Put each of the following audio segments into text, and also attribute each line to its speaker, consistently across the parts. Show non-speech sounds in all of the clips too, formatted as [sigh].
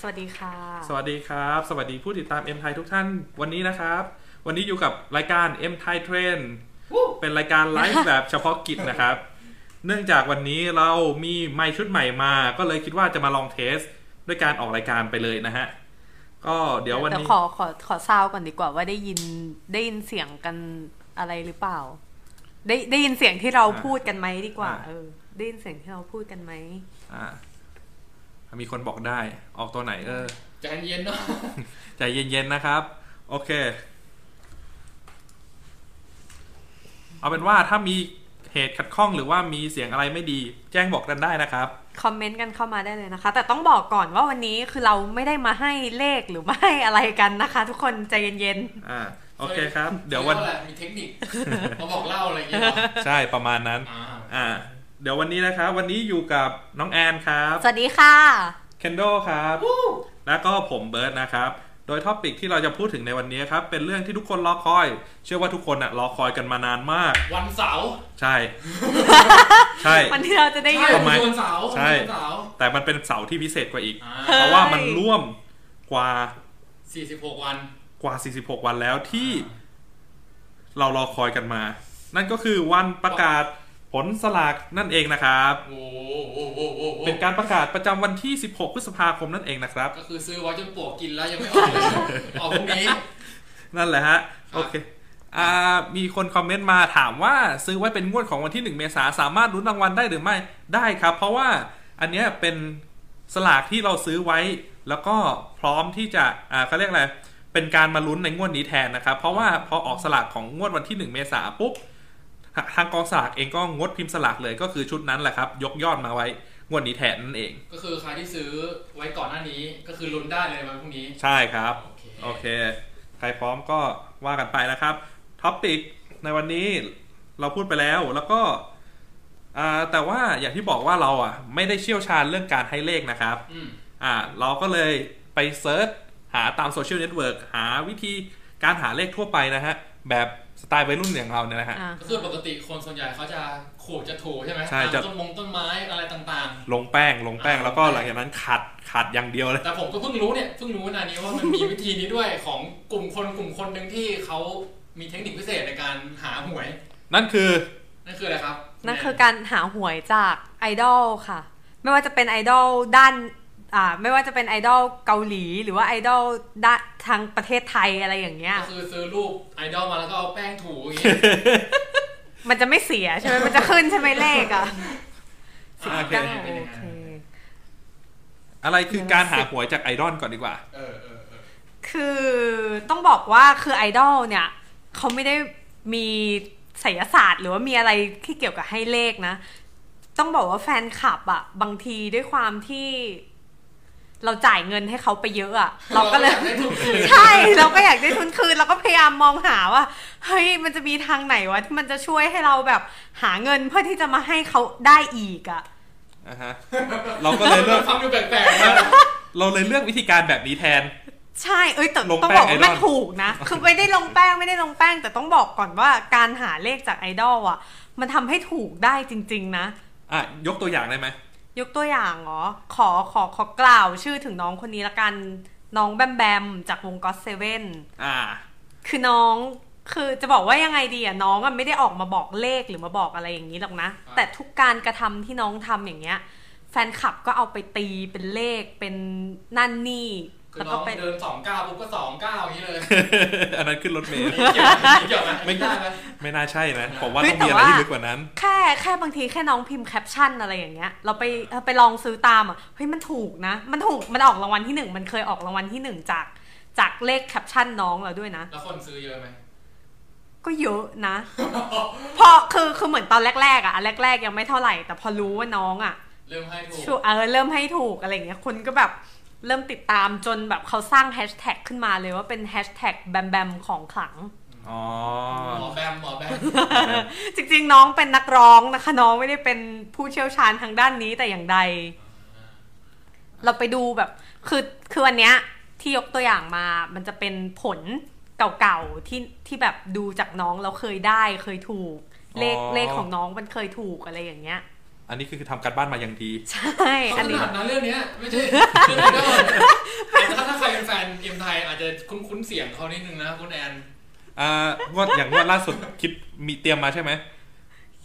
Speaker 1: สวัสดีค่ะ
Speaker 2: สวัสดีครับ สวัสดีผู้ติดตาม M ไทยทุกท่านวันนี้นะครับ วันนี้อยู่กับรายการ M ไทยเทรนเป็นรายการไลฟ์ แบบเฉพาะกิจนะครับ เนื่องจากวันนี้เรามีไมค์ชุดใหม่มา ก็เลยคิดว่าจะมาลองเทส ด้วยการออกรายการไปเลยนะฮะ ก็เดี๋ยววัน
Speaker 1: แต่
Speaker 2: นี้
Speaker 1: ขอขอขอซาวก่อนดีกว่าว่าได้ยินได้ยินเสียงกันอะไรหรือเปล่า ได้ได้ยินเสียงที่เราพูดกันไหมดีกว่า เออ ได้ยินเสียงที่เราพูดกันไหม
Speaker 2: อ่ามีคนบอกได้ออกตัวไหนเออ
Speaker 3: ใจเย็นเนาะ
Speaker 2: ใจเย็นๆ นะครับ โอเค เอาเป็นว่าถ้ามีเหตุขัดข้องหรือว่ามีเสียงอะไรไม่ดี แจ้งบอกกันได้นะครับ
Speaker 1: คอมเมนต์กันเข้ามาได้เลยนะคะ แต่ต้องบอกก่อนว่าวันนี้คือเราไม่ได้มาให้เลขหรือไม่ให้อะไรกันนะคะ ทุกคนใจเย็น
Speaker 2: อ่า โอเคครับ เดี๋ยววัน
Speaker 3: ขาแหละมีเทคนิคมาบอกเล่าอะไรอย่างเงี้ยเหรอ
Speaker 2: ใช่ประมาณนั้น
Speaker 3: อ่า
Speaker 2: อ่า เดี๋ยววันนี้นะครับ วันนี้อยู่กับน้องแอนครับ
Speaker 1: ๆ สวัสดีค่ะ
Speaker 2: เคนโดครับ แล้วก็ผมเบิร์ดนะครับ โดยท็อปิกที่เราจะพูดถึงในวันนี้ครับ เป็นเรื่องที่ทุกคนรอคอย เชื่อว่าทุกคนอะรอคอยกันมานานมาก
Speaker 3: วันเสาร์
Speaker 2: ใช่ ใช่
Speaker 1: วันที่เราจะได้ห
Speaker 3: ใช่
Speaker 1: ยุด
Speaker 2: ทำไม
Speaker 3: คือวันเสาร์
Speaker 2: ใช่
Speaker 3: วันเสาร์
Speaker 2: แต่มันเป็นเสาร์ที่พิเศษกว่าอีก
Speaker 3: อ่า
Speaker 1: เฮ้ย
Speaker 2: เพราะว่ามันร่วมกว่า
Speaker 3: สี่สิบหกวัน
Speaker 2: กว่า 46 วันแล้วที่เรารอคอยกันมา นั่นก็คือวันประกาศผลสลากนั่นเองนะครับ
Speaker 3: โอ้โหโอ้โหโอ้โห
Speaker 2: เป็นการประกาศประจำวันที่ 16 พฤษภาคมนั่นเองนะครับ
Speaker 3: ก็คือซื้อไว้จนปวกกินแล้วยังไม่ออกเลยออกพรุ่งนี้
Speaker 2: นั่นแหละฮะ โอเคอ่ามีคนคอมเมนต์มาถามว่าซื้อไว้เป็นงวดของวันที่ 1 เมษาสามารถลุ้นรางวัลได้หรือไม่ได้ครับ เพราะว่าอันเนี้ยเป็นสลากที่เราซื้อไว้ แล้วก็พร้อมที่จะอ่าเขาเรียกอะไรเป็นการมาลุ้นในงวดนี้แทนนะครับ เพราะว่าพอออกสลากของงวดวันที่ 1 เมษาปุ๊บทาทางกองสลากเองก็งดพิมพ์สลากเลยก็คือชุดนั้นแหละครับ ยกยอดมาไว้งวดนี้แทนนั่นเอง
Speaker 3: ก็คือใครที่ซื้อไว้ก่อนหน้านี้ก็คือลุ้นได้เลยวันพรุ่งนี้
Speaker 2: ใช่ครับ
Speaker 3: โอเค
Speaker 2: โอเค ใครพร้อมก็ว่ากันไปนะครับ ท็อปปิกในวันนี้เราพูดไปแล้ว แล้วก็อ่าแต่ว่าอย่างที่บอกว่าเราอ่ะ ไม่ได้เชี่ยวชาญเรื่องการให้เลขนะครับ
Speaker 3: อืม
Speaker 2: อ่า เราก็เลยไปเซิร์ชหาตามโซเชียลเน็ตเวิร์กหาวิธีการหาเลขทั่วไปนะฮะ แบบสไตล์วัยรุ่นอย่างเราเนี่ยนะฮะ
Speaker 1: อ่ะ
Speaker 3: ก็คือปกติคนส่วนใหญ่เขาจะขูดจะถูใช่ไหม
Speaker 2: ใช่
Speaker 3: ตาม
Speaker 2: จะ
Speaker 3: ต้นมงต้นไม้อะไรต่าง
Speaker 2: ลงแป้งลงแป้ง
Speaker 3: อ่า
Speaker 2: แล้วก็หลังจากนั้นขัดขัดอย่างเดียวเลย
Speaker 3: แต่ผมก็เพิ่งรู้เนี่ยเพิ่งรู้นานี้ว่ามันมีวิธีนี้ด้วยของกลุ่มคนกลุ่มคนหนึ่งที่เขามีเทคนิคพิเศษในการหาหวย
Speaker 2: นั่นคือ
Speaker 3: นั่นคืออะไรครับ
Speaker 1: นั่นคือการหาหวยจากไอดอลค่ะ ไม่ว่าจะเป็นไอดอลด้านอ่าไม่ว่าจะเป็นไอดอลเกาหลี หรือว่าไอดอลด้านทางประเทศไทยอะไรอย่างเงี้ย
Speaker 3: ก็คือซื้อรูปไอดอลมาแล้วก็เอาแป้งถูอย่างเงี้ย
Speaker 1: มันจะไม่เสียใช่ไหมมันจะขึ้นใช่ไหมเลขอ่ะ
Speaker 2: อ่า
Speaker 3: อ่า
Speaker 2: โเค
Speaker 1: ได้
Speaker 3: ป็น
Speaker 1: โอ
Speaker 3: ยังไง
Speaker 1: เค
Speaker 2: อะไรคือการหาหวยจากไอดอลก่อนดีกว่า
Speaker 3: เออเออเออ
Speaker 1: คือต้องบอกว่าคือไอดอลเนี่ยเขาไม่ได้มีไสยศาสตร์ หรือว่ามีอะไรที่เกี่ยวกับให้เลขนะ ต้องบอกว่าแฟนคลับอะบางทีด้วยความที่ เราจ่ายเงินให้เขาไปเยอะอะเราก็เลย
Speaker 3: อได้ทุกคื
Speaker 2: [laughs]
Speaker 3: น
Speaker 1: ใช่เราก็อยากได้ทุนคืนเราก็พยายามมองหาว่าเฮ้ยมันจะมีทางไหนวะที่มันจะช่วยให้เราแบบหาเงินเพื่อที่จะมาให้เขาได้อีกอะ
Speaker 2: อ่าฮะ เราก็เลยเลือก
Speaker 3: ฟังดูแปลกๆนะ
Speaker 2: เราเลยเลือกวิธีการแบบนี้แทน
Speaker 1: ใช่เอ้ยแต่
Speaker 2: ลง
Speaker 1: ต้อง
Speaker 2: แป้ง
Speaker 1: บอกว่า
Speaker 2: ไอดอล
Speaker 1: มันถูก
Speaker 2: [laughs]
Speaker 1: นะ คือไม่ได้ลงแป้งไม่ได้ลงแป้ง แต่ต้องบอกก่อนว่าการหาเลขจากไอดอลอะมันทำให้ถูกได้จริง ๆ นะ
Speaker 2: อ่ะ ยกตัวอย่างได้ไหม
Speaker 1: ยกตัวอย่างเหรอขอขอขอกล่าวชื่อถึงน้องคนนี้ละกันน้องแบมแบมจากวงก็อตเซเว่น
Speaker 2: อ่า [laughs]
Speaker 1: คือน้องคือจะบอกว่ายังไงดีอ่ะน้องอ่ะไม่ได้ออกมาบอกเลขหรือมาบอกอะไรอย่างนี้หรอกนะ
Speaker 3: า
Speaker 1: แต่ทุกการกระทำที่น้องทำอย่างเงี้ย แฟนคลับก็เอาไปตีเป็นเลขเป็นนั่นนี่
Speaker 3: คือ
Speaker 1: แล้ว
Speaker 3: น้
Speaker 1: ก็
Speaker 3: อง
Speaker 1: เป็น
Speaker 3: เดินสองก้าวปุ๊บก็สองก้าวอย่างนี้เลย
Speaker 2: อันนั้นขึ้นรถเมล์
Speaker 3: เกี่ยวไหมเกี่ยวไหม
Speaker 2: ไม่
Speaker 3: ไม่ได้ไหม
Speaker 2: ไม่น่าใช่นะ ผมว่าต้องมีอะไรที่ลึกกว่านั้น
Speaker 1: แค่แค่บางทีแค่น้องพิมพ์แคปชั่นอะไรอย่างเงี้ย เราไปเออไปลองซื้อตามอ่ะเฮ้ยมันถูกนะ มันถูกมันออกรางวัลที่หนึ่งมันเคยออกรางวัลที่หนึ่งจากจากเลขแคปชั่นน้องเราด้วยนะ
Speaker 3: แล้วคนซื้อเยอะไหม
Speaker 1: ก็เยอะนะ พอคือคือเหมือนตอนแรกๆอ่ะอันแรก ๆ ยังไม่เท่าไหร่ แต่พอรู้ว่าน้องอ่ะ
Speaker 3: เริ่มให้ถูก
Speaker 1: ช่วเออเริ่มให้ถูกอะไรอย่างเงี้ยคนก็แบบเริ่มติดตามจนแบบเขาสร้างแฮชแท็กขึ้นมาเลยว่าเป็นแฮชแท็กแบมแบมของขลัง
Speaker 2: อ๋อ
Speaker 3: หมอแบมหมอแบม
Speaker 1: จริงๆน้องเป็นนักร้องนะคะ น้องไม่ได้เป็นผู้เชี่ยวชาญทางด้านนี้แต่อย่างใด เราไปดูแบบคือคือวันเนี้ยที่ยกตัวอย่างมามันจะเป็นผลเก่าๆที่ที่แบบดูจากน้องแล้วเคยได้เคยถูก เลข
Speaker 2: อ๋อ
Speaker 1: เลขของน้องมันเคยถูกอะไรอย่างเงี้ย
Speaker 2: ไอ อันนี้คือทำการบ้านมาอย่างดี
Speaker 1: ใช่
Speaker 3: เขา
Speaker 1: อัน
Speaker 3: ข
Speaker 1: นี้
Speaker 3: นาดนั้นเรื่องเนี้ยไม่ใช่เรื่องเดียวกันแต่ถ้าถ้าใครเป็นแฟนเอ็มไทยอาจจะคุ้นๆเสียงเขานิดนึงนะคุณแอน
Speaker 2: อ่างวดอย่างงวดล่าสุดคิดมีเตรียมมาใช่ไหม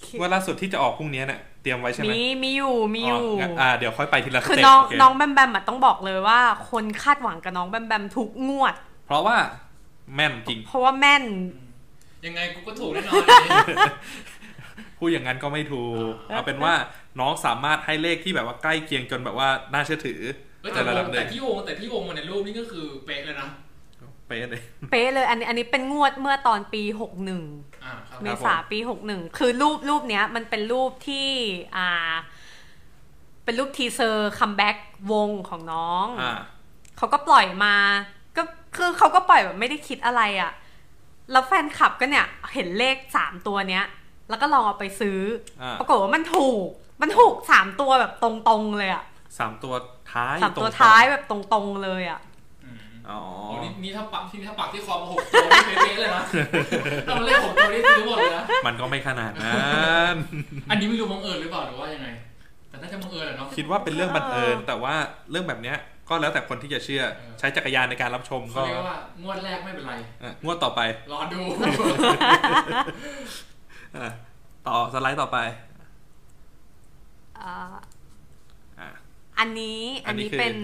Speaker 1: คิด
Speaker 2: งวดล่าสุดที่จะออกพรุ่งนี้เนี่ยเตรียมไว้ใช่ไหม
Speaker 1: มีมีอยู่มีอยู่
Speaker 2: อ๋องั้นอ่าเดี๋ยวค่อยไปทีละ
Speaker 1: คือ
Speaker 2: เต็ป
Speaker 1: น้อง
Speaker 2: โเค
Speaker 1: น้องแบมแบมอะต้องบอกเลยว่า คนคาดหวังกับน้องแบมแบมทุกงวด
Speaker 2: เพราะว่าแม่นจริง
Speaker 1: เพราะว่าแม่น
Speaker 3: ยังไงกูก็ถูกแน่
Speaker 2: [laughs]
Speaker 3: นอนอันนี้
Speaker 2: พูดอย่างนั้นก็ไม่ถูกเอาเป็นว่าน้องสามารถให้เลขที่แบบว่าใกล้เคียงจนแบบว่าน่าเชื่อถือ
Speaker 3: เฮ้ย
Speaker 2: แต่
Speaker 3: แต่
Speaker 2: ระ
Speaker 3: ว
Speaker 2: ดั
Speaker 3: ง
Speaker 2: บห
Speaker 3: แต่
Speaker 2: นึ่ง
Speaker 3: ที่วงแต่ที่วงมาในรูปนี่ก็คือเป๊ะเลยนะ
Speaker 2: เป๊ะเลย
Speaker 1: เป๊ะเลยอันนี้อันนี้เป็นงวดเมื่อตอนปี 61
Speaker 3: อ่าครับ
Speaker 1: เม
Speaker 2: ครับ
Speaker 1: ษาปี 61 คือรูปรูปเนี้ยมันเป็นรูปที่อ่า เป็นรูปทีเซอร์คัมแบ็กวงของน้อง
Speaker 2: อ่า
Speaker 1: เขาก็ปล่อยมา ก็คือเขาก็ปล่อยแบบไม่ได้คิดอะไรอะ่ะ แล้วแฟนคลับก็เนี่ยเห็นเลขสามตัวเนี้ย แล้วก็ลองเอาไปซื้อ
Speaker 2: อ่า
Speaker 1: ปรากฏว่ามันถูก มันถูกสามตัวแบบตรงๆเลยอะ่ะ
Speaker 2: สามตัวท้าย
Speaker 1: สามตัว
Speaker 2: รงๆ
Speaker 1: ท้ายแบบตรงๆเลยอะ่ะ
Speaker 3: อืม
Speaker 2: อ๋อ
Speaker 3: โอ้นี่นี่ถ้าปักที่ถ้าปักที่คอมาหกตัวนี่เป๊ะๆเลยนะ [laughs] เราเล่นหกตัวนี่ซื้อหมดเลยนะ
Speaker 2: มันก็ไม่ขนาดนั้น [laughs]
Speaker 3: อันนี้ไม่รู้บังเอิญหรือเปล่าหรือว่ายังไง แต่น่าจะบังเอิญแหละเนาะ
Speaker 2: คิดว่าเป็นเรื่องบังเอิญแต่ว่าเรื่องแบบเนี้ยก็แล้วแต่คนที่จะเชื่อใช้จักรยานในการรับชม
Speaker 3: เขา
Speaker 2: ก็
Speaker 3: เรียกว่างวดแรกไม่เป็นไร
Speaker 2: อ่ะงวดต่อไป
Speaker 3: รอดู
Speaker 2: อ่ะต่อสไลด์ต่อไป
Speaker 1: อ่า
Speaker 2: อ่ะ
Speaker 1: อันนี้
Speaker 2: อั
Speaker 1: อั
Speaker 2: น
Speaker 1: น
Speaker 2: นี้
Speaker 1: นี้
Speaker 2: คือ
Speaker 1: เป็น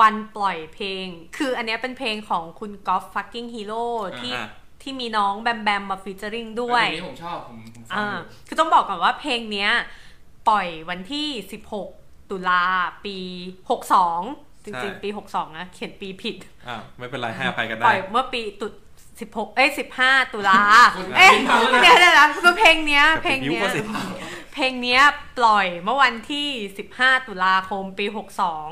Speaker 1: วันปล่อยเพลง คืออันเนี้ยเป็นเพลงของคุณกอล์ฟฟักกิ้งฮีโร่ที่
Speaker 2: อ่ะ
Speaker 1: ที่มีน้องแบมแบมมาฟีเจอริงด้ว
Speaker 3: อั
Speaker 1: ย
Speaker 3: นนี้ผมชอบ ผมผมฟัง
Speaker 1: อ่า
Speaker 3: อยู่
Speaker 1: คือต้องบอกก่อนว่าเพลงเนี้ย ปล่อยวันที่ 16 ตุลาปี 62 จ
Speaker 2: ใช่
Speaker 1: ริงๆ ปี 62 นะ เขียนปีผิด
Speaker 2: อ่ะไม่เป็นไรให้อภัยกัน
Speaker 1: ป
Speaker 2: ได้
Speaker 1: ล่อยเมื่อปีตุ16 เอ้ย 15 ตุลา
Speaker 3: คุณ
Speaker 1: เอ้ย
Speaker 3: นฟังแล้ว
Speaker 1: เดี๋ย
Speaker 3: นะ
Speaker 1: วเดี๋ยวนะคือเพลงเนี้ย
Speaker 2: แต่
Speaker 1: เพลง
Speaker 2: ผม
Speaker 1: เนี้
Speaker 2: บิ้วย ก็สิ
Speaker 1: เพลงเนี้ยปล่อยเมื่อวันที่ 15 ตุลาคมปี
Speaker 3: ครับ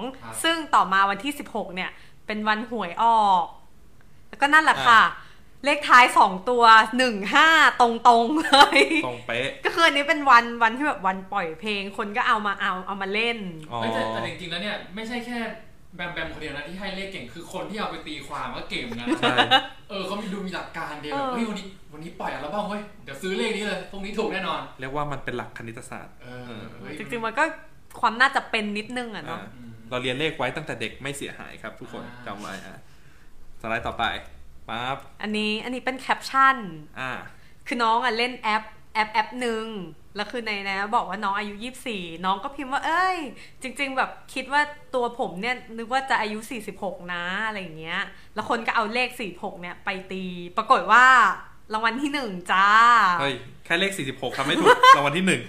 Speaker 1: 62 ซึ่งต่อมาวันที่ 16 เนี่ย เป็นวันหวยออก แล้วก็นั่นแหละค่ะ เลขท้าย 2 ตัว 15 ตรงๆเลย
Speaker 2: ตรงเป๊ะ
Speaker 1: ก็คืออันนี้เป็นวันวันที่แบบวันปล่อยเพลงคนก็เอามาเอาเอามาเล่น
Speaker 2: อ๋อ
Speaker 3: เฮ้ยแต่แต่จริงๆแล้วเนี่ย ไม่ใช่แค่แบมแบมคนเดียวนะที่ให้เลขเก่งคือคนที่เอาไปตีความว่าเก่งนะ
Speaker 2: ใช่
Speaker 3: เออเขามีดูมีหลักการเดียว
Speaker 1: เออ
Speaker 3: เฮ้ยวันนี้วันนี้ปล่อยอัลบั้มเว้ย เดี๋ยวซื้อเลขนี้เลย พวกนี้ถูกแน่นอน
Speaker 2: เรียกว่ามันเป็นหลักคณิตศาสตร์
Speaker 3: เออเฮ้ย
Speaker 1: จริงๆมันก็ความน่าจะเป็นนิดนึงอะเนาะ
Speaker 2: อ่า เราเรียนเลขไว้ตั้งแต่เด็กไม่เสียหายครับ ทุกคนจำไว้อ่ะสไลด์ต่อไปปั๊บ
Speaker 1: อันนี้อันนี้เป็นแคปชั่น
Speaker 2: อ่ะ
Speaker 1: คือน้องอ่ะเล่นแอปแอปแอปหนึ่งแล้วคือในนะบอกว่าน้องอายุ 24 น้องก็พิมพ์ว่า เอ้ย จริง ๆ แบบคิดว่าตัวผมเนี่ยนึกว่าจะอายุ 46 นะอะไรอย่างเงี้ย แล้วคนก็เอาเลข 46 เนี่ยไปตี ปรากฏว่ารางวัลที่หนึ่งจ้า
Speaker 2: เฮ้ยแค่เลข 46ทำไม่
Speaker 1: [laughs]
Speaker 2: ถูก รางวัลที่หนึ่ง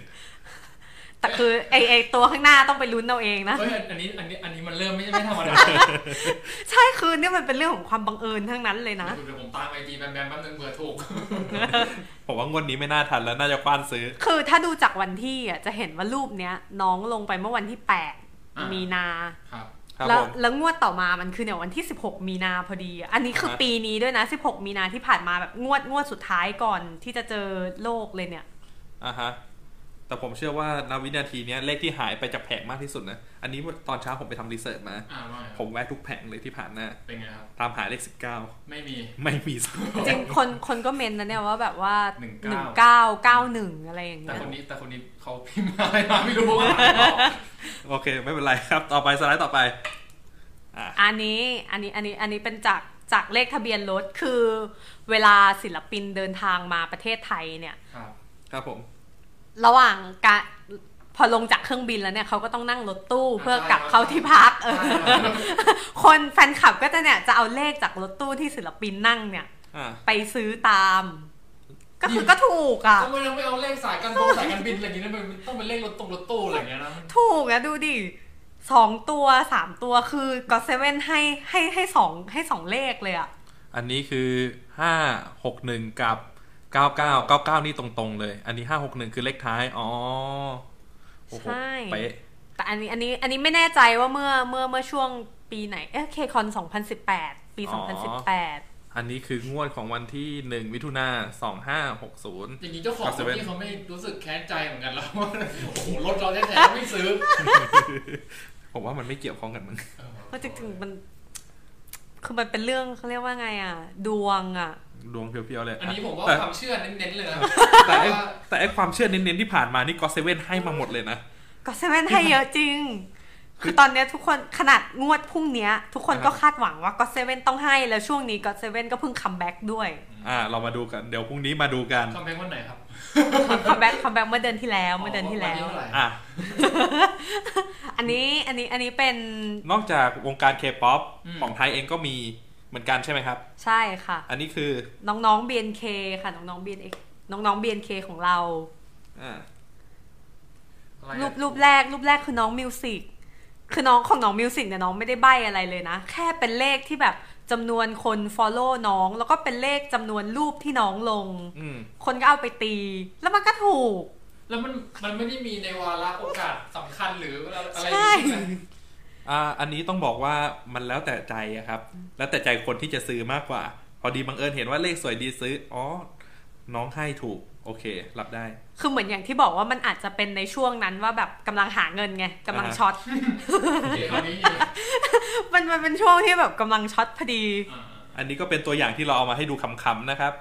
Speaker 1: แต่คือไอไอตัวข้างหน้าต้องไปลุ้นเอาเองนะ
Speaker 3: เฮ้ยอันนี้อันนี้อันนี้มันเริ่มไม่ไม่ธรรมดา
Speaker 1: ใช่คือเนี่ยมันเป็นเรื่องของความบังเอิญทั้งนั้นเลยนะ
Speaker 3: เดี๋ยวผมตามไอจีแบมแบมแป๊บนึงเบื่อถูก
Speaker 2: ผมว่างวดนี้ไม่น่าทันแล้วน่าจะคว้านซื้อ
Speaker 1: คือถ้าดูจากวันที่อ่ะจะเห็นว่ารูปเนี้ย น้องลงไปเมื่อวันที่
Speaker 3: อ่ามี
Speaker 1: 8 มีนา
Speaker 3: ครับ
Speaker 2: ครับ
Speaker 1: แล้ว
Speaker 2: ผม
Speaker 1: แล้วงวดต่อมามันคือเนี่ยวันที่ 16 มีนาพอดีอ่ะอันนี้คือ
Speaker 2: ฮะ
Speaker 1: ปีนี้ด้วยนะ 16 มีนาที่ผ่านมาแบบงวดงวดสุดท้ายก่อนที่จะเจอโลกเลยเนี่ย
Speaker 2: อ่าฮะ แต่ผมเชื่อว่าณวินาทีเนี้ยเลขที่หายไปจากแผงมากที่สุดนะ อันนี้ตอนเช้าผมไปทำรีเสิร์ชมา
Speaker 3: อ่าว่าไง
Speaker 2: ผมแวะทุกแผงเลยที่ผ่านหน้า
Speaker 3: เป็นไงครับ
Speaker 2: ตามหาเลข
Speaker 3: ไม่มี
Speaker 2: 19 ไม่มีสัก
Speaker 1: จริงๆคนคนก็เมนนะเนี่ยว่าแบบว่า
Speaker 3: 19
Speaker 1: 1991 อะไรอย่าง
Speaker 3: แต่
Speaker 1: เงี้ย
Speaker 3: คนนี้แต่คนนี้เขาพิมพ์อะไรมาไม่รู้ว่าอ่านออก
Speaker 2: โอเค ไม่เป็นไรครับ ต่อไปสไลด์ต่อไป อ่ะ
Speaker 1: อันนี้อันนี้อันนี้อันนี้เป็นจากจากเลขทะเบียนรถคือ เวลาศิลปินเดินทางมาประเทศไทยเนี่ย
Speaker 3: ครับ
Speaker 2: ครับผม
Speaker 1: ระหว่างการพอลงจากเครื่องบินแล้วเนี่ยเขาก็ต้องนั่งรถตู้เพื่อกลับเข้าที่พักเออ คนแฟนคลับก็จะเนี่ยจะเอาเลขจากรถตู้ที่ศิลปินนั่งเนี่ย
Speaker 2: อ่ะ
Speaker 1: ไปซื้อตาม ก็คือก็ถูกอ่ะ
Speaker 3: ทำไมเราไม่เอาเลขสายการบินสายการบินอะไรอย่างเงี้ยนะมันต้องเป็นเลขรถตรงรถตู้อะไรอย่างเงี้ยนะ
Speaker 1: ถูกนะดูดิสองตัวสามตัวคือก็เซเว่นให้ให้ให้สองให้สองเลขเลยอ่ะ
Speaker 2: อันนี้คือ 5 6 1 กับ 99 99 นี่ตรงๆเลย อันนี้ 5 6 1 คือเลขท้าย อ๋อโอ้โห
Speaker 1: ใช่
Speaker 2: เป๊ะ
Speaker 1: แต่อันนี้อันนี้อันนี้ไม่แน่ใจว่าเมื่อเมื่อเมื่อช่วงปีไหนเอ๊ะเคคอนสองพันสิบแปดปี
Speaker 2: อ๋
Speaker 1: สองพันสิบแป
Speaker 2: อ
Speaker 1: ด
Speaker 2: อันนี้คืองวดของวันที่ 1 มิถุนา2560
Speaker 3: อย่างนี้เจ้าของ
Speaker 2: ครับเซเว่น
Speaker 3: ที่เขาไม่รู้สึกแค้นใจเหมือนกันแล้ว [laughs] ว่าโอ้โหรถเราแท้ๆไม่ซื้อ
Speaker 2: ผมว่ามันไม่เกี่ยวข้องกันมั้ง
Speaker 1: ก็จริงๆมัน คือมันเป็นเรื่องเขาเรียกว่าไงอ่ะ ดวงอ่ะ
Speaker 2: ดวงเพียวๆเลย
Speaker 3: อันนี้ผมว่า
Speaker 2: แต่
Speaker 3: ความเชื่อเน้นๆเลยนะ
Speaker 2: แต่ไอ้แต่ไอ้ความเชื่อเน้นๆที่ผ่านมานี่ก็เซเว่นให้มาหมดเลยนะ
Speaker 1: ก็เซเว่นให้เยอะจริง
Speaker 2: คือ
Speaker 1: คือตอนเนี้ยทุกคนขนาดงวดพรุ่งเนี้ย ทุกคนก็
Speaker 2: อ่า
Speaker 1: คาดหวังว่าก็เซเว่นต้องให้แล้วช่วงนี้ก็เซเว่นก็เพิ่งคัมแบ็กด้วย [laughs]
Speaker 2: อ่า เรามาดูกันเดี๋ยวพรุ่งนี้มาดูกัน
Speaker 3: คอมเพลงวันไหนครับ
Speaker 1: คัมแบ็กคัมแบ็กเมื่อเดือนที่แล้วเมื่อเดือนที่แล้ว
Speaker 3: เท่าไหร่
Speaker 2: อ่ะ
Speaker 1: อันนี้อันนี้อันนี้เป็น
Speaker 2: นอกจากวงการเคป๊อปของไทยเองก็มีเหมือนกันใช่ไหมครับ
Speaker 1: ใช่ค่ะ
Speaker 2: อันนี้คือ
Speaker 1: น้องๆ BNK ค่ะ น้องๆ BNK น้องๆ BNK ของเรา
Speaker 2: อ่า
Speaker 3: อะไรอะ
Speaker 1: รูปรูปแรกรูปแรกคือน้องมิวสิกคือน้องของน้องมิวสิกเนี่ยน้องไม่ได้ใบ้อะไรเลยนะ แค่เป็นเลขที่แบบจำนวนคน follow น้อง แล้วก็เป็นเลขจำนวนรูปที่น้องลง
Speaker 2: อืม
Speaker 1: คนก็เอาไปตี แล้วมันก็ถูก
Speaker 3: แล้วมันมันไม่ได้มีในวาระโอกาสสำคัญหรืออะไร
Speaker 1: ใช่
Speaker 3: ไหม
Speaker 2: อ่าอันนี้ต้องบอกว่ามันแล้วแต่ใจอะครับ แล้วแต่ใจคนที่จะซื้อมากกว่า พอดีบังเอิญเห็นว่าเลขสวยดีซื้อ อ๋อ น้องให้ถูก โอเค รับได้
Speaker 1: คือเหมือนอย่างที่บอกว่ามันอาจจะเป็นในช่วงนั้นว่าแบบกำลังหาเงินไงกำลัง
Speaker 2: อ่า
Speaker 1: ช็อต
Speaker 3: โอเคคราวนี้ดี
Speaker 1: มันมันเป็นช่วงที่แบบกำลังช็อตพอดี
Speaker 3: อ่า
Speaker 2: อันนี้ก็เป็นตัวอย่างที่เราเอามาให้ดูคำๆนะครับ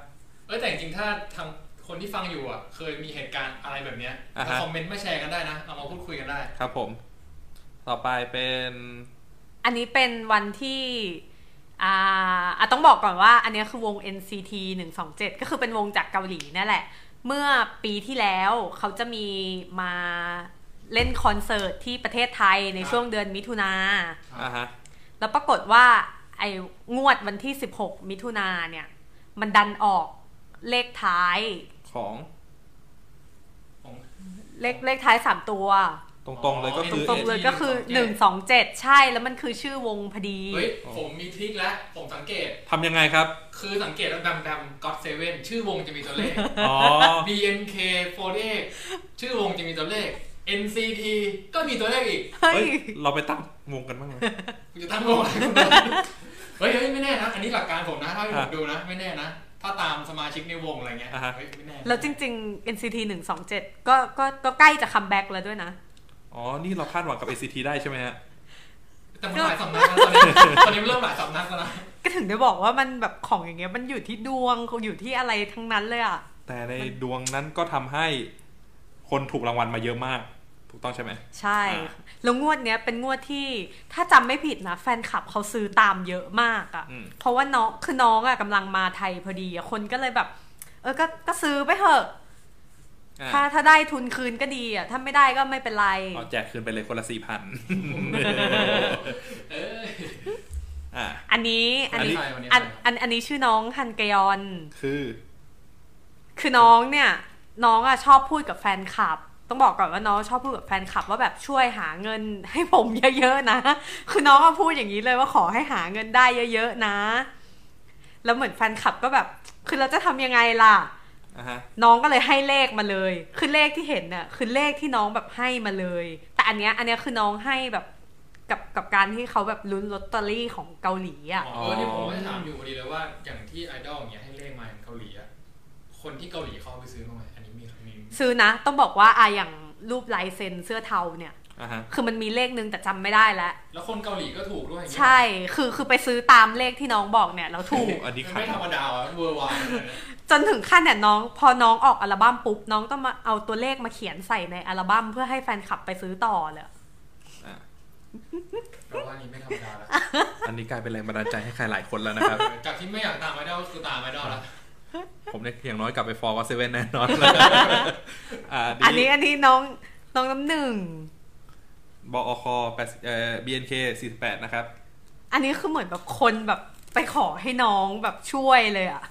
Speaker 3: เอ้ยแต่จริงๆถ้าทางคนที่ฟังอยู่อ่ะ เคยมีเหตุการณ์อะไรแบบเนี้ย
Speaker 2: อ่า
Speaker 3: มา
Speaker 2: ฮะ
Speaker 3: คอมเมนต์มาแชร์กันได้นะเอามาพูดคุยกันได้
Speaker 2: ครับผม ต่อไปเป็น
Speaker 1: อันนี้เป็นวันที่อ่าอ่ะต้องบอกก่อนว่าอันเนี้ยคือวง NCT 127 ก็คือเป็นวงจากเกาหลีนั่นแหละ เมื่อปีที่แล้วเขาจะมีมาเล่นคอนเสิร์ตที่ประเทศไทยใน
Speaker 3: ครับ
Speaker 1: ช่วงเดือนมิถุนา
Speaker 2: อ่าฮะ
Speaker 1: แล้วปรากฏว่าไอ้งวดวันที่ 16 มิถุนาเนี่ย มันดันออกเลขท้าย
Speaker 2: ของ
Speaker 3: ของ
Speaker 1: เลขเลขท้าย 3 ตัว
Speaker 2: ตรงๆเลยก็
Speaker 1: ต
Speaker 2: คือ
Speaker 1: รงๆเลยก็คือ 127 ใช่แล้วมันคือชื่อวงพอดี
Speaker 3: เฮ้ย
Speaker 2: อ๋อ
Speaker 3: ผมมีทริคแล้วผมสังเกต
Speaker 2: ทำยังไงครับ
Speaker 3: คือสังเกตแล้วดำดำๆ God Seven ชื่อวงจะมีตัวเลข
Speaker 2: อ๋อ
Speaker 3: BNK 48ชื่อวงจะมีตัวเลข NCT ก็มีตัวเลขอีก
Speaker 1: เฮ้
Speaker 2: เฮ้
Speaker 1: ย
Speaker 2: ย เราไปตั้งวงกันบ้างไหม
Speaker 3: คุณจะตั้งวงอะไรคุณดูเฮ้ยเฮ้ยไม่แน่นะ อันนี้หลักการผมนะถ้าให้ผม
Speaker 2: อ่ะ
Speaker 3: ดูนะ ไม่แน่นะ ถ้าตามสมาชิกในวงอะไรเงี้ย
Speaker 2: อ่าฮะ
Speaker 3: เฮ้ยไม่แน่นะ
Speaker 1: แล้วจริง ๆ NCT 127 ก็ก็ก็ใกล้จะคัมแบ็กแล้วด้วยนะ
Speaker 2: อ๋อ นี่เราคาดหวังกับ ACT ได้ใช่ไหมฮะ
Speaker 3: แต่มันหลายสำนักแล้วตอนนี้ตอนนี้มันเริ่มหลายสำนักแล้วนะ
Speaker 1: ก็ถึงได้บอกว่ามันแบบของอย่างเงี้ยมันอยู่ที่ดวงอยู่ที่อะไรทั้งนั้นเลยอ่ะ
Speaker 2: แต่ในดวงนั้นก็ทำให้คนถูกรางวัลมาเยอะมาก ถูกต้องใช่ไหม
Speaker 1: ใช่
Speaker 2: อ่า
Speaker 1: แล้วงวดเนี้ยเป็นงวดที่ถ้าจำไม่ผิดนะ แฟนคลับเขาซื้อตามเยอะมากอ่ะ
Speaker 2: อืม
Speaker 1: เพราะว่าน้องคือน้องอ่ะกำลังมาไทยพอดีอะคนก็เลยแบบ เออก็ก็ซื้อไปเถอะ
Speaker 2: อ่า
Speaker 1: ถ้าถ้าได้ทุนคืนก็ดีอ่ะถ้าไม่ได้ก็ไม่เป็นไร
Speaker 2: เอาแจกคืนไปเลยคนละสี่พัน
Speaker 3: เอ้ย
Speaker 2: อ่า
Speaker 1: อันนี้อัน
Speaker 3: อันนี้
Speaker 1: นี้
Speaker 3: ใครวันนี้
Speaker 1: อั
Speaker 3: ใคร
Speaker 1: นอันอันนี้ชื่อน้องฮันกยอน
Speaker 2: คือ
Speaker 1: คือน้องเนี่ยน้องอะชอบพูดกับแฟนคลับ ต้องบอกก่อนว่าน้องชอบพูดกับแฟนคลับว่าแบบช่วยหาเงินให้ผมเยอะ [laughs] ๆนะ คือน้องอะพูดอย่างนี้เลยว่าขอให้หาเงินได้เยอะๆนะ แล้วเหมือนแฟนคลับก็แบบคือเราจะทำยังไงล่ะ
Speaker 2: อ่ะฮะ
Speaker 1: น้องก็เลยให้เลขมาเลย คือเลขที่เห็นน่ะคือเลขที่น้องแบบให้มาเลย แต่อันเนี้ยอันเนี้ยคือน้องให้แบบกับกับการที่เขาแบบลุ้นลอตเตอรี่ของเกาหลีอะ
Speaker 3: เออนี่ผมไม่ถามอยู่พอดีเลยว่าอย่างที่ไอดอลอย่างเงี้ยให้เลขมาอย่างเกาหลีอะคนที่เกาหลีเขาเอาไปซื้อมาไหมอันนี้มีมี
Speaker 1: ซื้อนะ ต้องบอกว่าอะอย่างรูปลายเซ็นเสื้อเทาเนี่ย
Speaker 2: อ่ะฮะ
Speaker 1: คือมันมีเลขนึงแต่จำไม่ได้แล้ว
Speaker 3: แล้วคนเกาหลีก็ถูกด้วยอย่างเงี้ย
Speaker 1: ใช่ คือ คือไปซื้อตามเลขที่น้องบอกเนี่ยแล้ว
Speaker 2: [laughs]
Speaker 1: ถูก
Speaker 2: อันนี้
Speaker 3: มัน
Speaker 2: ขาย
Speaker 3: ไม่ธรรมดาอ่ะเวอร์วายเลยนะ
Speaker 1: จนถึงขั้นเนี่ยน้อง พอน้องออกอัลบั้มปุ๊บ น้องต้องมาเอาตัวเลขมาเขียนใส่ในอัลบั้มเพื่อให้แฟนคลับไปซื้อต่อเลย
Speaker 2: อ่ะ
Speaker 3: เราว่านี่ไม่ธรรมดาแล้ว
Speaker 2: อันนี้กลายเป็นแรงบันดาลใจให้ใครหลายคนแล้วนะครับ
Speaker 3: จากที่ไม่อยากตามไอดอลก็คือตามไอดอลแล้ว
Speaker 2: ผมเนี่ยอย่างน้อยกลับไปฟอร์ก็เซเว่นแน่
Speaker 1: [laughs]
Speaker 2: นอน อ่า
Speaker 1: อัน
Speaker 2: ดี
Speaker 1: นี้ อันนี้น้อง น้องน้ำหนึ่ง
Speaker 2: บอคแปดเอ่อ BNK 48 นะครับ
Speaker 1: อันนี้คือเหมือนแบบคนแบบไปขอให้น้องแบบช่วยเลยอะ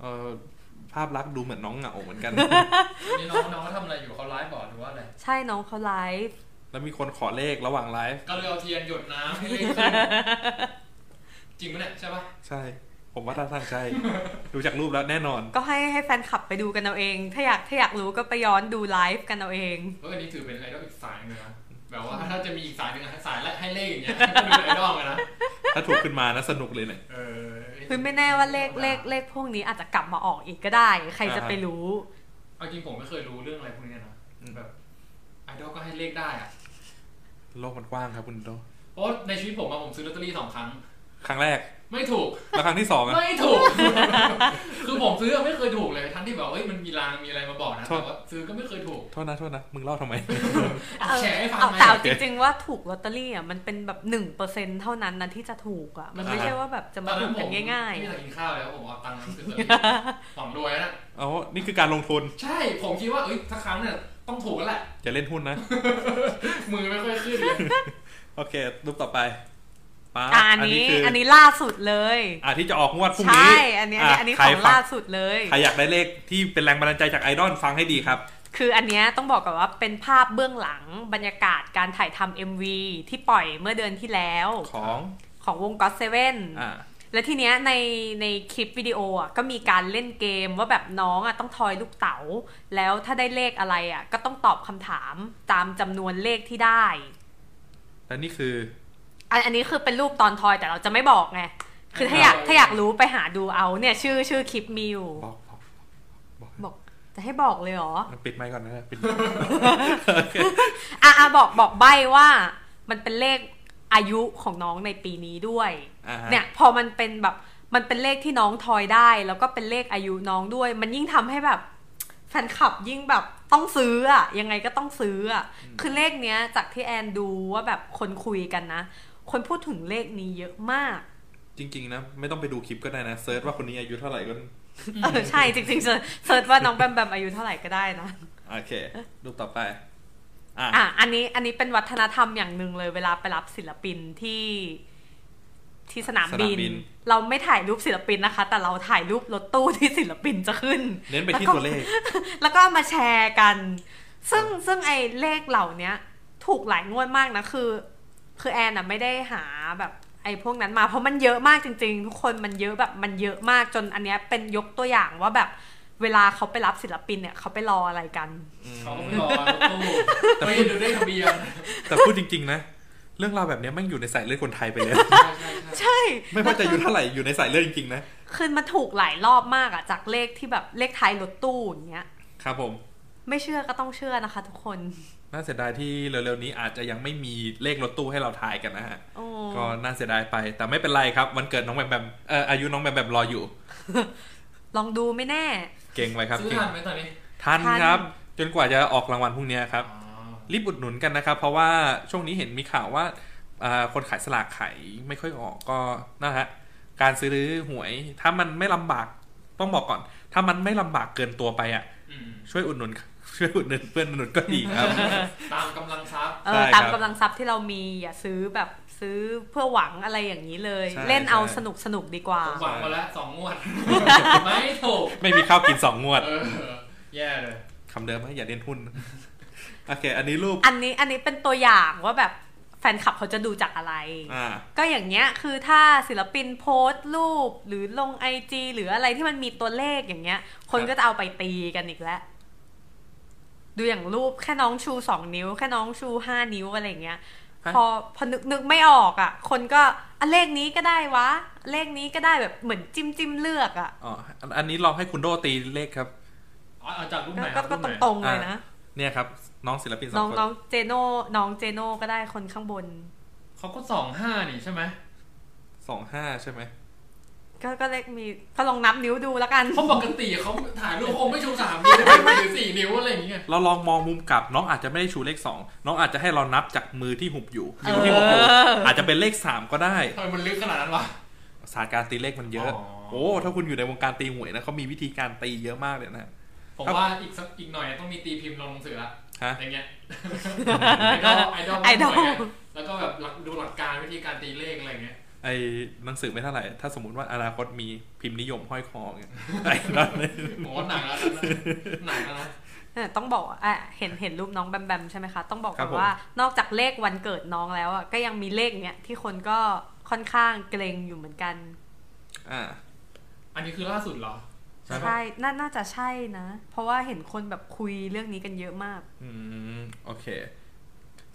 Speaker 2: เอ่อ ภาพลักษณ์ดูเหมือนน้องเหงาเหมือนกัน
Speaker 3: อันนี่น้องน้องเขาทำอะไรอยู่เขาไลฟ์บอร์ดหรือว่าอะไร
Speaker 1: ใช่ น้องเขาไลฟ์
Speaker 2: แล้วมีคนขอเลขระหว่างไลฟ์
Speaker 3: ก็เลยเอาเทียนหยดน้ำให้เลขขึ้นจริงปะเนี่ยใช่ปะ
Speaker 2: ใช่ ผมว่าท่าทางใช่ ดูจากรูปแล้วแน่นอน
Speaker 1: ก็ให้ ให้แฟนคลับไปดูกันเอาเอง ถ้าอยาก ถ้าอยากรู้ก็ไปย้อนดูไลฟ์กันเอาเอง
Speaker 3: เอออันนี้ถือเป็นไอดอลอีกสายหนึงเลยนะแบบว่าถ้าจะมีอีกสายหนึงอะสายและให้เลขอย่างเงี้ยก็เป็นไอดอลเลยนะ
Speaker 2: ถ้าถูกขึ้นมานะสนุกเลยเนี่ย
Speaker 3: เออ
Speaker 1: คือไม่แน่ว่าเลข เลข เลขพวกนี้อาจจะกลับมาออกอีกก็ได้ ใครจะไปรู้
Speaker 3: เอาจริงผมไม่เคยรู้เรื่องอะไรพวกเนี้ยนะ
Speaker 2: อืม
Speaker 3: แบบไอดอลก็ให้เลขได้อะ
Speaker 2: โลกมันกว้างครับคุณโต
Speaker 3: เพราะในชีวิตผมอะผมซื้อลอตเตอรี่สองครั้ง
Speaker 2: ครั้งแรก
Speaker 3: ไม่ถูก
Speaker 2: แล้วครั้งที่สองอะ
Speaker 3: ไม่ถูก คือผมซื้อไม่เคยถูกเลย ทั้งที่แบบเฮ้ยมันมีรางมีอะไรมาบอกนะ
Speaker 2: โทษ
Speaker 3: แต่ว่าซื้อก็ไม่เคยถูก
Speaker 2: โทษนะโทษนะ มึงเล่าทำไม [laughs]
Speaker 3: เอาแชร์ให้ฟัง
Speaker 1: เอา
Speaker 3: ไหม
Speaker 1: แต่เอาจริงๆว่าถูกลอตเตอรี่อ่ะมันเป็นแบบหนึ่งเปอร์เซ็นเท่านั้นนะที่จะถูกอ่ะ มันไม่
Speaker 2: อ่า
Speaker 1: ใช่ว่าแบบจะมาถูกกันง่าย
Speaker 3: ไม่ได้กินข้าวแล้วผมเอาตังค์นั้นซื้อเลย
Speaker 1: [laughs]
Speaker 3: หวังรวยนะ
Speaker 2: เอานี่คือการลงทุน
Speaker 3: ใช่ผมคิดว่าเอ้ยถ้าครั้งเนี่ยต้องถูกแล้วแหละ
Speaker 2: อย่าเล่นหุ้นนะ
Speaker 3: มือไม่ค่อยขึ้นเลย
Speaker 2: โอเค รูปต่อไปป้า
Speaker 1: ๆ อ่าอันนี้
Speaker 2: คื
Speaker 1: อันนี้ล่าสุดเลย
Speaker 2: อ่าที่จะออกงวดพรุ่ง
Speaker 1: ใช่
Speaker 2: นี้
Speaker 1: อันนี้อันนี้อันนี้
Speaker 2: ะใคร
Speaker 1: ของ
Speaker 2: ฟั
Speaker 1: ล่าสุดเลย
Speaker 2: ใครอยากได้เลขที่เป็นแรงบันดาลใจจากไอดอลฟังให้ดีครับ
Speaker 1: คืออันเนี้ยต้องบอกก่อนว่าเป็นภาพเบื้องหลังบรรยากาศการถ่ายทำ MV ที่ปล่อยเมื่อเดือนที่แล้ว
Speaker 2: ของ
Speaker 1: ของวงก็อตเซเว่น
Speaker 2: อ่า
Speaker 1: และทีเนี้ยในในคลิปวิดีโออ่ะก็มีการเล่นเกมว่าแบบน้องอ่ะต้องทอยลูกเต๋าแล้วถ้าได้เลขอะไรอ่ะก็ต้องตอบคำถามตามจำนวนเลขที่ได้
Speaker 2: และนี่คือ
Speaker 1: อันอันนี้คือเป็นรูปตอนทอยแต่เราจะไม่บอกไงคือถ้าอยากถ้าอยากรู้ไปหาดูเอาเนี่ยชื่อชื่อคลิปมีอยู่
Speaker 2: บอกบอกบอก
Speaker 1: บอกจะให้บอกเลยเหรอ
Speaker 2: ปิดไมค์ก่อนนะปิด
Speaker 1: อ่ะอ่ะบอกบอกใบว่า มันเป็นเลขอายุของน้องในปีนี้ด้วย
Speaker 2: อ่าฮะ
Speaker 1: เนี่ยพอมันเป็นแบบมันเป็นเลขที่น้องทอยได้ แล้วก็เป็นเลขอายุน้องด้วย มันยิ่งทำให้แบบแฟนคลับยิ่งแบบต้องซื้ออะยังไงก็ต้องซื้ออะคือเลขเนี้ยจากที่แอนดูว่าแบบคนคุยกันนะ คนพูดถึงเลขนี้เยอะมาก
Speaker 2: จริง ๆ นะ ไม่ต้องไปดูคลิปก็ได้นะเซิร์ชว่าคนนี้อายุเท่าไหร่ก็
Speaker 1: เออใช่จริงๆเสิร์ชเซิร์ชว่าน้องแบมแบมอายุเท่าไหร่ก็ได้นะ
Speaker 2: โอเค รูปต่อไป อ่ะ
Speaker 1: อ่ะอันนี้อันนี้เป็นวัฒนธรรมอย่างหนึ่งเลยเวลาไปรับศิลปินที่ที่สนามบิน เราไม่ถ่ายรูปศิลปินนะคะ แต่เราถ่ายรูปรถตู้ที่ศิลปินจะขึ้น
Speaker 2: เน้นไปที่ตัวเลข
Speaker 1: แล้วก็เอามาแชร์กัน ซึ่งซึ่งไอ้เลขเหล่าเนี้ย ถูกหลายงวดมากนะ คือ คือแอนอะไม่ได้หาแบบไอ้พวกนั้นมา เพราะมันเยอะมากจริง ๆ ทุกคนมันเยอะแบบมันเยอะมากจนอันเนี้ยเป็นยกตัวอย่างว่าแบบเวลาเขาไปรับศิลปินเนี่ยเขาไปรออะไรกัน
Speaker 3: เขาก็ไม่รอรถตู้ไม่ดูได้ทะเบียน
Speaker 2: แต่พูดจริง ๆ นะ เรื่องราวแบบเนี้ยแมันอยู่ในสายเลือดคนไทยไป [laughs] เลย
Speaker 3: ใช่ใช่ใช่
Speaker 1: ใช่
Speaker 2: ไม่ว่าจะอายุเท่าไหร่อยู่ในสายเลือดจริง ๆ นะ
Speaker 1: คือมันถูกหลายรอบมากอะจากเลขที่แบบเลขท้ายรถตู้อย่างเงี้ย
Speaker 2: ครับผม
Speaker 1: ไม่เชื่อก็ต้องเชื่อนะคะ ทุกคน
Speaker 2: น่าเสียดายที่เร็วๆนี้อาจจะยังไม่มีเลขรถตู้ให้เราถ่ายกันนะฮะ
Speaker 1: โอ้
Speaker 2: ก็น่าเสียดายไป แต่ไม่เป็นไรครับ วันเกิดน้องแบมแบมเอ่ออายุน้องแบมแบมรออยู่
Speaker 1: ลองดูไม่แน่
Speaker 2: เก่งไว้ครับ
Speaker 3: ซื้อ
Speaker 2: เก่ง
Speaker 3: ทันไหมตอนนี้
Speaker 2: ทัน
Speaker 1: ทัน
Speaker 2: ครับ จนกว่าจะออกรางวัลพรุ่งเนี้ยครับ
Speaker 3: อ๋อ
Speaker 2: รีบอุดหนุนกันนะครับ เพราะว่าช่วงนี้เห็นมีข่าวว่าอ่าคนขายสลากขายไม่ค่อยออกก็นะฮะการซื้อหวย ถ้ามันไม่ลำบากต้องบอกก่อน ถ้ามันไม่ลำบากเกินตัวไปอ่ะ
Speaker 3: อืม
Speaker 2: ช่วยอุดหนุน [laughs] ช่วยอุดหนุนเพื่อนอุดหนุนก็ดีครับ [laughs]
Speaker 3: ตามกำลังทรัพย์
Speaker 1: เอ
Speaker 2: ใช่
Speaker 1: อ
Speaker 2: ครั
Speaker 1: ตา
Speaker 2: บ
Speaker 1: มกำลังทรัพย์ที่เรามีอย่าซื้อแบบซื้อเพื่อหวังอะไรอย่างนี้เลย
Speaker 2: ใช่
Speaker 1: เล่นเอา
Speaker 2: ใช่
Speaker 1: สนุกสนุกดีกว่า
Speaker 3: ผมหวังมาแล้วสองง
Speaker 1: [laughs]
Speaker 3: วด ไม่ถูก
Speaker 2: ไม่มีข้าวกินสองงวด
Speaker 3: เออแย่เลย
Speaker 2: คำเดิมฮะอย่าเล่นหุ้ [laughs] นโอเค อันนี้รูป
Speaker 1: อันนี้อันนี้เป็นตัวอย่างว่าแบบแฟนคลับเขาจะดูจากอะไร
Speaker 2: อ่า
Speaker 1: ก็อย่างเงี้ยคือถ้าศิลปินโพสต์รูปหรือลงไอจีหรืออะไรที่มันมีตัวเลขอย่างเงี้ย คน
Speaker 2: ครับ
Speaker 1: ก็จะเอาไปตีกันอีกแล้ว ดูอย่างรูปแค่น้องชูสองนิ้ว แค่น้องชูห้านิ้วอะไรอย่างเงี้ย พอพอนึกนึกไม่ออกอ่ะ คนก็อันเลขนี้ก็ได้วะ เลขนี้ก็ได้แบบเหมือนจิ้มจิ้มเลือกอ่ะ
Speaker 2: อ๋ออันอันนี้ลองให้คุณโดตีเลขครับ
Speaker 3: อ๋อเอาจากรูปไหน
Speaker 1: ก็ก็ต
Speaker 3: ปไห
Speaker 1: ร
Speaker 3: น
Speaker 1: งตรงๆเลยนะ
Speaker 2: เนี่ยครับ น้องศิลปินส
Speaker 1: น้
Speaker 2: อ
Speaker 1: อง ง
Speaker 2: คน
Speaker 1: น้องเจโน่น้องเจโน่ก็ได้คนข้างบน
Speaker 3: เขาก็สองห้านี่ใช่ไหม
Speaker 2: สองห้าใช่ไหม
Speaker 1: ก็ก็เลขมีก็ลองนับนิ้วดูแล้วกัน
Speaker 3: เพราะปกติเขาถ่ายรูปคงไม่ชูสามนิ้ว [laughs] หรือสี่นิ้วอะไรอย่างเงี้ย
Speaker 2: เราลองมองมุมกลับ น้องอาจจะไม่ได้ชูเลขสองน้องอาจจะให้เรานับจากมือที่หุบอยู่นิ้วที่หุบอยู่
Speaker 1: เอออ
Speaker 2: อาจจะเป็นเลขสามก็ได้
Speaker 3: ทำไมมันลึกขนาดนั้นวะ
Speaker 2: ศาสตร์การตีเลขมันเยอะ
Speaker 3: อ๋อ
Speaker 2: โอ้ถ้าคุณอยู่ในวงการตีหวยนะเขามีวิธีการตีเยอะมากเลยนะ
Speaker 3: ผม
Speaker 2: ครับ
Speaker 3: ว่าอีกสักอีกหน่อยต้องมีตีพิมพ์ลงหนังสือละ
Speaker 2: ฮะ
Speaker 3: อย่างเงี้ยไอดอลไอดอล
Speaker 1: ไอดอล
Speaker 3: หน่
Speaker 2: [laughs]
Speaker 3: ยะแล้วก็แบบหลักดูหลักการวิธีการตีเลขอะไรเงี้ย
Speaker 2: ไอ้หนังสือไม่เท่าไหร่ ถ้าสมมติว่าอนาคตมีพิมพ์นิยมห้อยคอเงี้ย [laughs] ไอ้นั่นเลย
Speaker 3: ผมว่าหนักแล้วนะหนั
Speaker 2: [laughs]
Speaker 3: กแล้วนะ
Speaker 1: เออต้องบอกอ่ะเห็นเห็นรูปน้องแบมแบมใช่ไหมคะ ต้องบอกก่อนว่านอกจากเลขวันเกิดน้องแล้วอ่ะก็ยังมีเลขเนี้ยที่คนก็ค่อนข้างเกรงอยู่เหมือนกัน
Speaker 2: อ่า
Speaker 3: อันนี้คือล่าสุดเหรอ
Speaker 2: ใช่ปะ
Speaker 1: ใช่น่าน่าจะใช่นะ เพราะว่าเห็นคนแบบคุยเรื่องนี้กันเยอะมาก
Speaker 2: อืมโอเค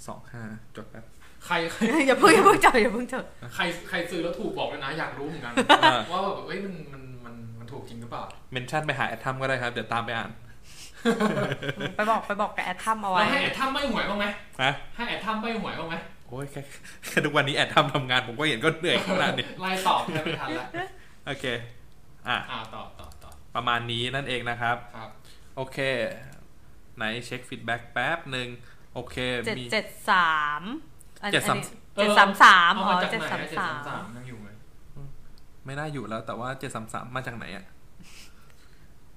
Speaker 2: สองห้าจดแป๊บ
Speaker 3: ใครใคร
Speaker 1: อย่าเพิ่งอย่าเพิ่งจับอย่าเพิ่งจับ
Speaker 3: ใครใครซื้อแล้วถูกบอกเลยนะ อยากรู้เหมือนกัน
Speaker 2: อ่า
Speaker 3: ว่าแบบเอ้ยมันมันมันมันถูกจริงหรือเปล่า
Speaker 2: เมนชั่นไปหาแอดทัมก็ได้ครับ เดี๋ยวตามไปอ่าน
Speaker 1: ไปบอกไปบอกกับแอดทัมเอา
Speaker 3: แล้
Speaker 1: ไว้
Speaker 3: วให้แอดท่าไม่หวยบ้างไหม
Speaker 2: นะ
Speaker 3: ให้แอดท่าไม่หวยบ้างไหม
Speaker 2: โห อ้ยแค่แค่ทุกวันนี้แอดทำทำงานผมก็เห็นก็เหนื่อยขนา
Speaker 1: [laughs]
Speaker 2: ดนี้
Speaker 3: ไล่ตอบแทบไม่ทันละ
Speaker 2: โอเค อ่ะ
Speaker 3: อ่าตอบตอบตอบ
Speaker 2: ประมาณนี้นั่นเองนะครับ
Speaker 3: ครับ
Speaker 2: โอเค ไหนเช็คฟีดแบ็กแป๊บหนึ่งโอเค
Speaker 1: เจ็ด
Speaker 2: มี
Speaker 1: เจ็ดสามอัน
Speaker 2: เจ็ดสาม
Speaker 1: อันนี้เจ็ดสามสาม
Speaker 3: เอ
Speaker 1: อ๋อ
Speaker 3: จก
Speaker 1: เจ็ด
Speaker 3: ไหน
Speaker 1: สาม
Speaker 3: นะ
Speaker 1: สาม
Speaker 3: 733ยังอยู่ไหม
Speaker 2: ไม่น่าอยู่แล้วแต่ว่าเจ็ดสามสามมาจากไหนอ่ะ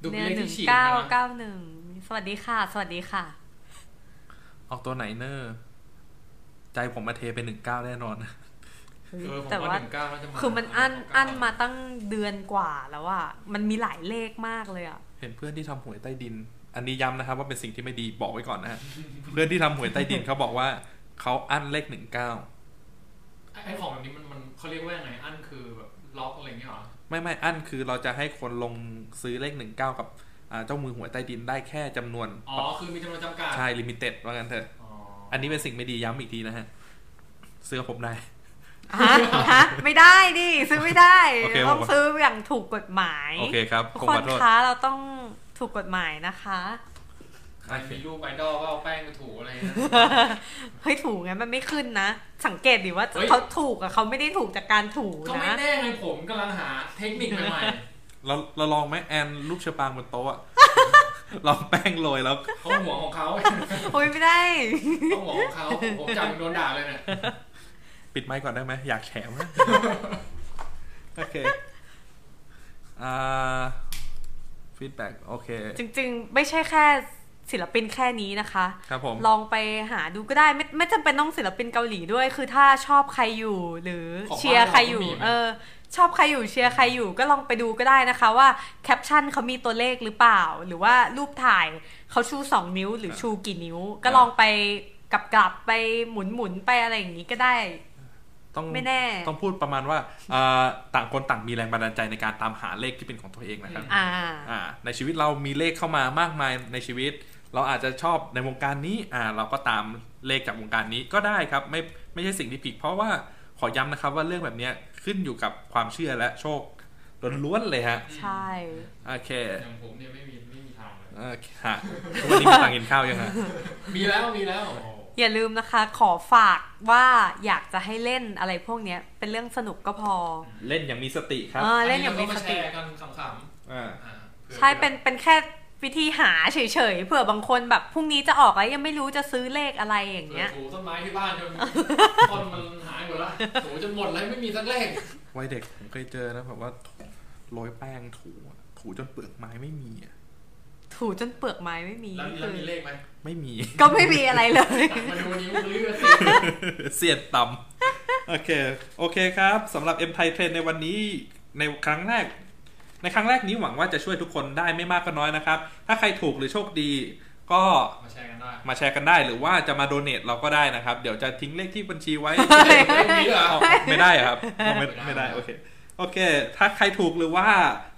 Speaker 3: ดูเป็
Speaker 1: เนี่ย
Speaker 3: นเลข
Speaker 1: หนึ่ง
Speaker 3: ที่ฉีด
Speaker 1: เก้า
Speaker 3: นะ
Speaker 1: เก้าหนึ่งสวัสดีค่ะ สวัสดีค่ะ
Speaker 2: ออกตัวไหนเนอร์ใจผมมาเทเป็นหนึ่งเก้าแน่นอน [laughs]
Speaker 3: เออผม
Speaker 1: แต่
Speaker 3: ว่า
Speaker 1: ว่า
Speaker 3: หนึ่งเก้าน่าจะมา
Speaker 1: คือมันอั้นอั้นมาตั้งเดือนกว่าแล้วอ่ะมันมีหลายเลขมากเลย
Speaker 3: [laughs]
Speaker 1: อ่ะ
Speaker 2: เห็นเพื่อนที่ทำหวยใต้ดิน อันนี้ย้ำนะครับว่าเป็นสิ่งที่ไม่ดีบอกไว้ก่อนนะฮะ เพื่อนที่ทำหวยใต้ดินเขาบอกว่าเขาอั้นเลขหนึ่งเก้า
Speaker 3: ไอ้ของแบบนี้มันมันเขาเรียกว่ายังไงอั้นคือแบบล็อกอะไรอย่างเงี้ยเหรอ
Speaker 2: ไม่ไม่อั้นคือเราจะให้คนลงซื้อเลขหนึ่งเก้ากับอ่าเจ้ามือหวยใต้ดินได้แค่จำนวน
Speaker 3: อ๋อคือมีจำนวนจำกัด
Speaker 2: ใช่ลิมิเต็ดว่างั้นเถอะ
Speaker 3: อ๋ออ
Speaker 2: อันนี้เป็นสิ่งไม่ดีย้ำอีกทีนะฮะ เสื้อผมได้
Speaker 1: ฮะฮะไม่ได้ดิซื้อไม่ได้
Speaker 2: โอเค
Speaker 1: ต้อง
Speaker 2: ผม
Speaker 1: ซื้ออย่างถูกกฎหมาย
Speaker 2: โอเคครับ
Speaker 1: ทุก
Speaker 2: ผ
Speaker 1: ค
Speaker 2: มขอน โทษ
Speaker 1: คะเราต้องถูกกฎหมายนะคะ
Speaker 3: ใครมีรูปไอดอลก็เอาแป้งไปถูอะไรนะ
Speaker 1: เฮ้ยถูกไงมันไม่ขึ้นนะ สังเกตดิว่า
Speaker 3: เฮ้ย
Speaker 1: เขาถูกอะเขาไม่ได้ถูกจากการถู
Speaker 3: ก็
Speaker 1: นะ
Speaker 3: ไม่แน่ไงผมกำลังหาเทคนิคใหม่
Speaker 2: เราเราลองไหมแอนรูปเชอปางบนโต๊ะอะ ลองแป้งโรยแล้ว
Speaker 3: ๆเขาหัวของเขา [laughs]
Speaker 1: โอ้ยไม่ได้
Speaker 3: เขาหัวของเขาผมจำโดนด่าเลยเนี่ย
Speaker 2: ปิดไมค์ก่อนได้ไหมอยากแฉมาก โอเคอ่าฟีดแบ็กโอเค
Speaker 1: จริงๆ ไม่ใช่แค่ศิลปินแค่นี้นะคะ
Speaker 2: ครับผม
Speaker 1: ลองไปหาดูก็ได้ไม่ไม่จำเป็นต้องศิลปินเกาหลีด้วย คือถ้าชอบใครอยู่หรือเชียร์ใครอยู่ เออ ชอบใครอยู่เชียร์ใครอยู่ก็ลองไปดูก็ได้นะคะ ว่าแคปชั่นเขามีตัวเลขหรือเปล่า หรือว่ารูปถ่ายเขาชู 2 นิ้วหรือชูกี่นิ้ว ก็ลองไปกลับกลับๆไปหมุนหมุนๆไปอะไรอย่างนี้ก็ได้
Speaker 2: ต้อง
Speaker 1: ไม่แน่
Speaker 2: ต้องพูดประมาณว่าอ่าต่างคนต่างมีแรงบันดาลใจในการตามหาเลขที่เป็นของตัวเองนะครับ
Speaker 1: อ่า
Speaker 2: อ่า ในชีวิตเรามีเลขเข้ามามากมายในชีวิต เราอาจจะชอบในวงการนี้ อ่า เราก็ตามเลขจากวงการนี้ก็ได้ครับ ไม่ไม่ใช่สิ่งที่ผิด เพราะว่าขอย้ำนะครับว่าเรื่องแบบเนี้ยขึ้นอยู่กับความเชื่อและโชคล้วนๆเลยฮะ
Speaker 1: ใช่
Speaker 2: โอเค
Speaker 3: อย่างผมเนี่ยไม่มีไม่มีทางเลย
Speaker 2: เอ่อฮะทุ [laughs] กวันนี้มีตังค์กินข้าวยังฮะ
Speaker 3: มีแล้วมีแล้วโอ้โห
Speaker 1: อย่าลืมนะคะ ขอฝากว่าอยากจะให้เล่นอะไรพวกเนี้ยเป็นเรื่องสนุกก็พอ
Speaker 2: เล่นอย่างมีสติครับ
Speaker 1: เออเล่นอย่างมี
Speaker 3: อั
Speaker 1: ส
Speaker 3: เรก็แช
Speaker 1: ติ
Speaker 3: ร์กันขำๆ
Speaker 2: อ่า
Speaker 3: อ่าผื่อ
Speaker 1: ใช่ เป็น เป็นแค่วิธีหาเฉยๆ เผื่อบางคนแบบพรุ่งนี้จะออกแล้วยังไม่รู้จะซื้อเลขอะไรอย่าง
Speaker 3: เผื่
Speaker 1: เงี้
Speaker 3: อย ถูต้นไม้ที่บ้าน
Speaker 1: [laughs]
Speaker 3: จน ต้นมันหายหมดละถูจนหมดเลยไม่มีสักเลข
Speaker 2: วัยเด็กผมเคยเจอนะแบบว่าถูโรยแป้งถูอะถูจนเปลือกไม้ไม่มีอะ
Speaker 1: ถูจนเปลือกไม้ไม่มี
Speaker 3: แล้วแล้วมีเลข
Speaker 1: [laughs]
Speaker 3: ไหม
Speaker 2: ไม่มี [laughs]
Speaker 1: ก็ไม่มีอะไรเลย
Speaker 3: มาดูนิ้วเลือดสิ
Speaker 2: เสียดต่ำโอเค โอเคครับสำหรับ M Thai Trend ในวันนี้ในครั้งแรก ในครั้งแรกนี้หวังว่าจะช่วยทุกคนได้ไม่มากก็น้อยนะครับ ถ้าใครถูกหรือโชคดี ก็
Speaker 3: มาแชร์กันได้
Speaker 2: มาแชร์กันได้หรือว่าจะมาโดเน a เราก็ได้นะครับ เดี๋ยวจะทิ้งเลขที่บัญชีไว้
Speaker 3: ไม่มีเหรอ
Speaker 2: เอาไม่ได้เหรอครับเอาไม่ไม่ได้โอเคโอเค ถ้าใครถูกหรือว่า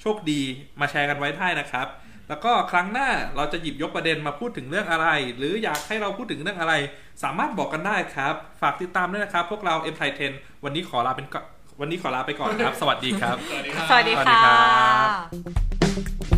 Speaker 2: โชคดีมาแชร์กันไว้ได้นะครับ แล้วก็ครั้งหน้าเราจะหยิบยกประเด็นมาพูดถึงเรื่องอะไร หรืออยากให้เราพูดถึงเรื่องอะไร สามารถบอกกันได้ครับ ฝากติดตามด้วยนะครับ พวกเรา M Thai 10วันนี้ขอลาเป็นก่อนวันนี้ขอลาไปก่อนครับ สวัสดีครับ
Speaker 3: สวัสดีครับ
Speaker 1: สวัสดี
Speaker 2: สวัสดี
Speaker 1: ค่
Speaker 2: ครับ
Speaker 1: ะ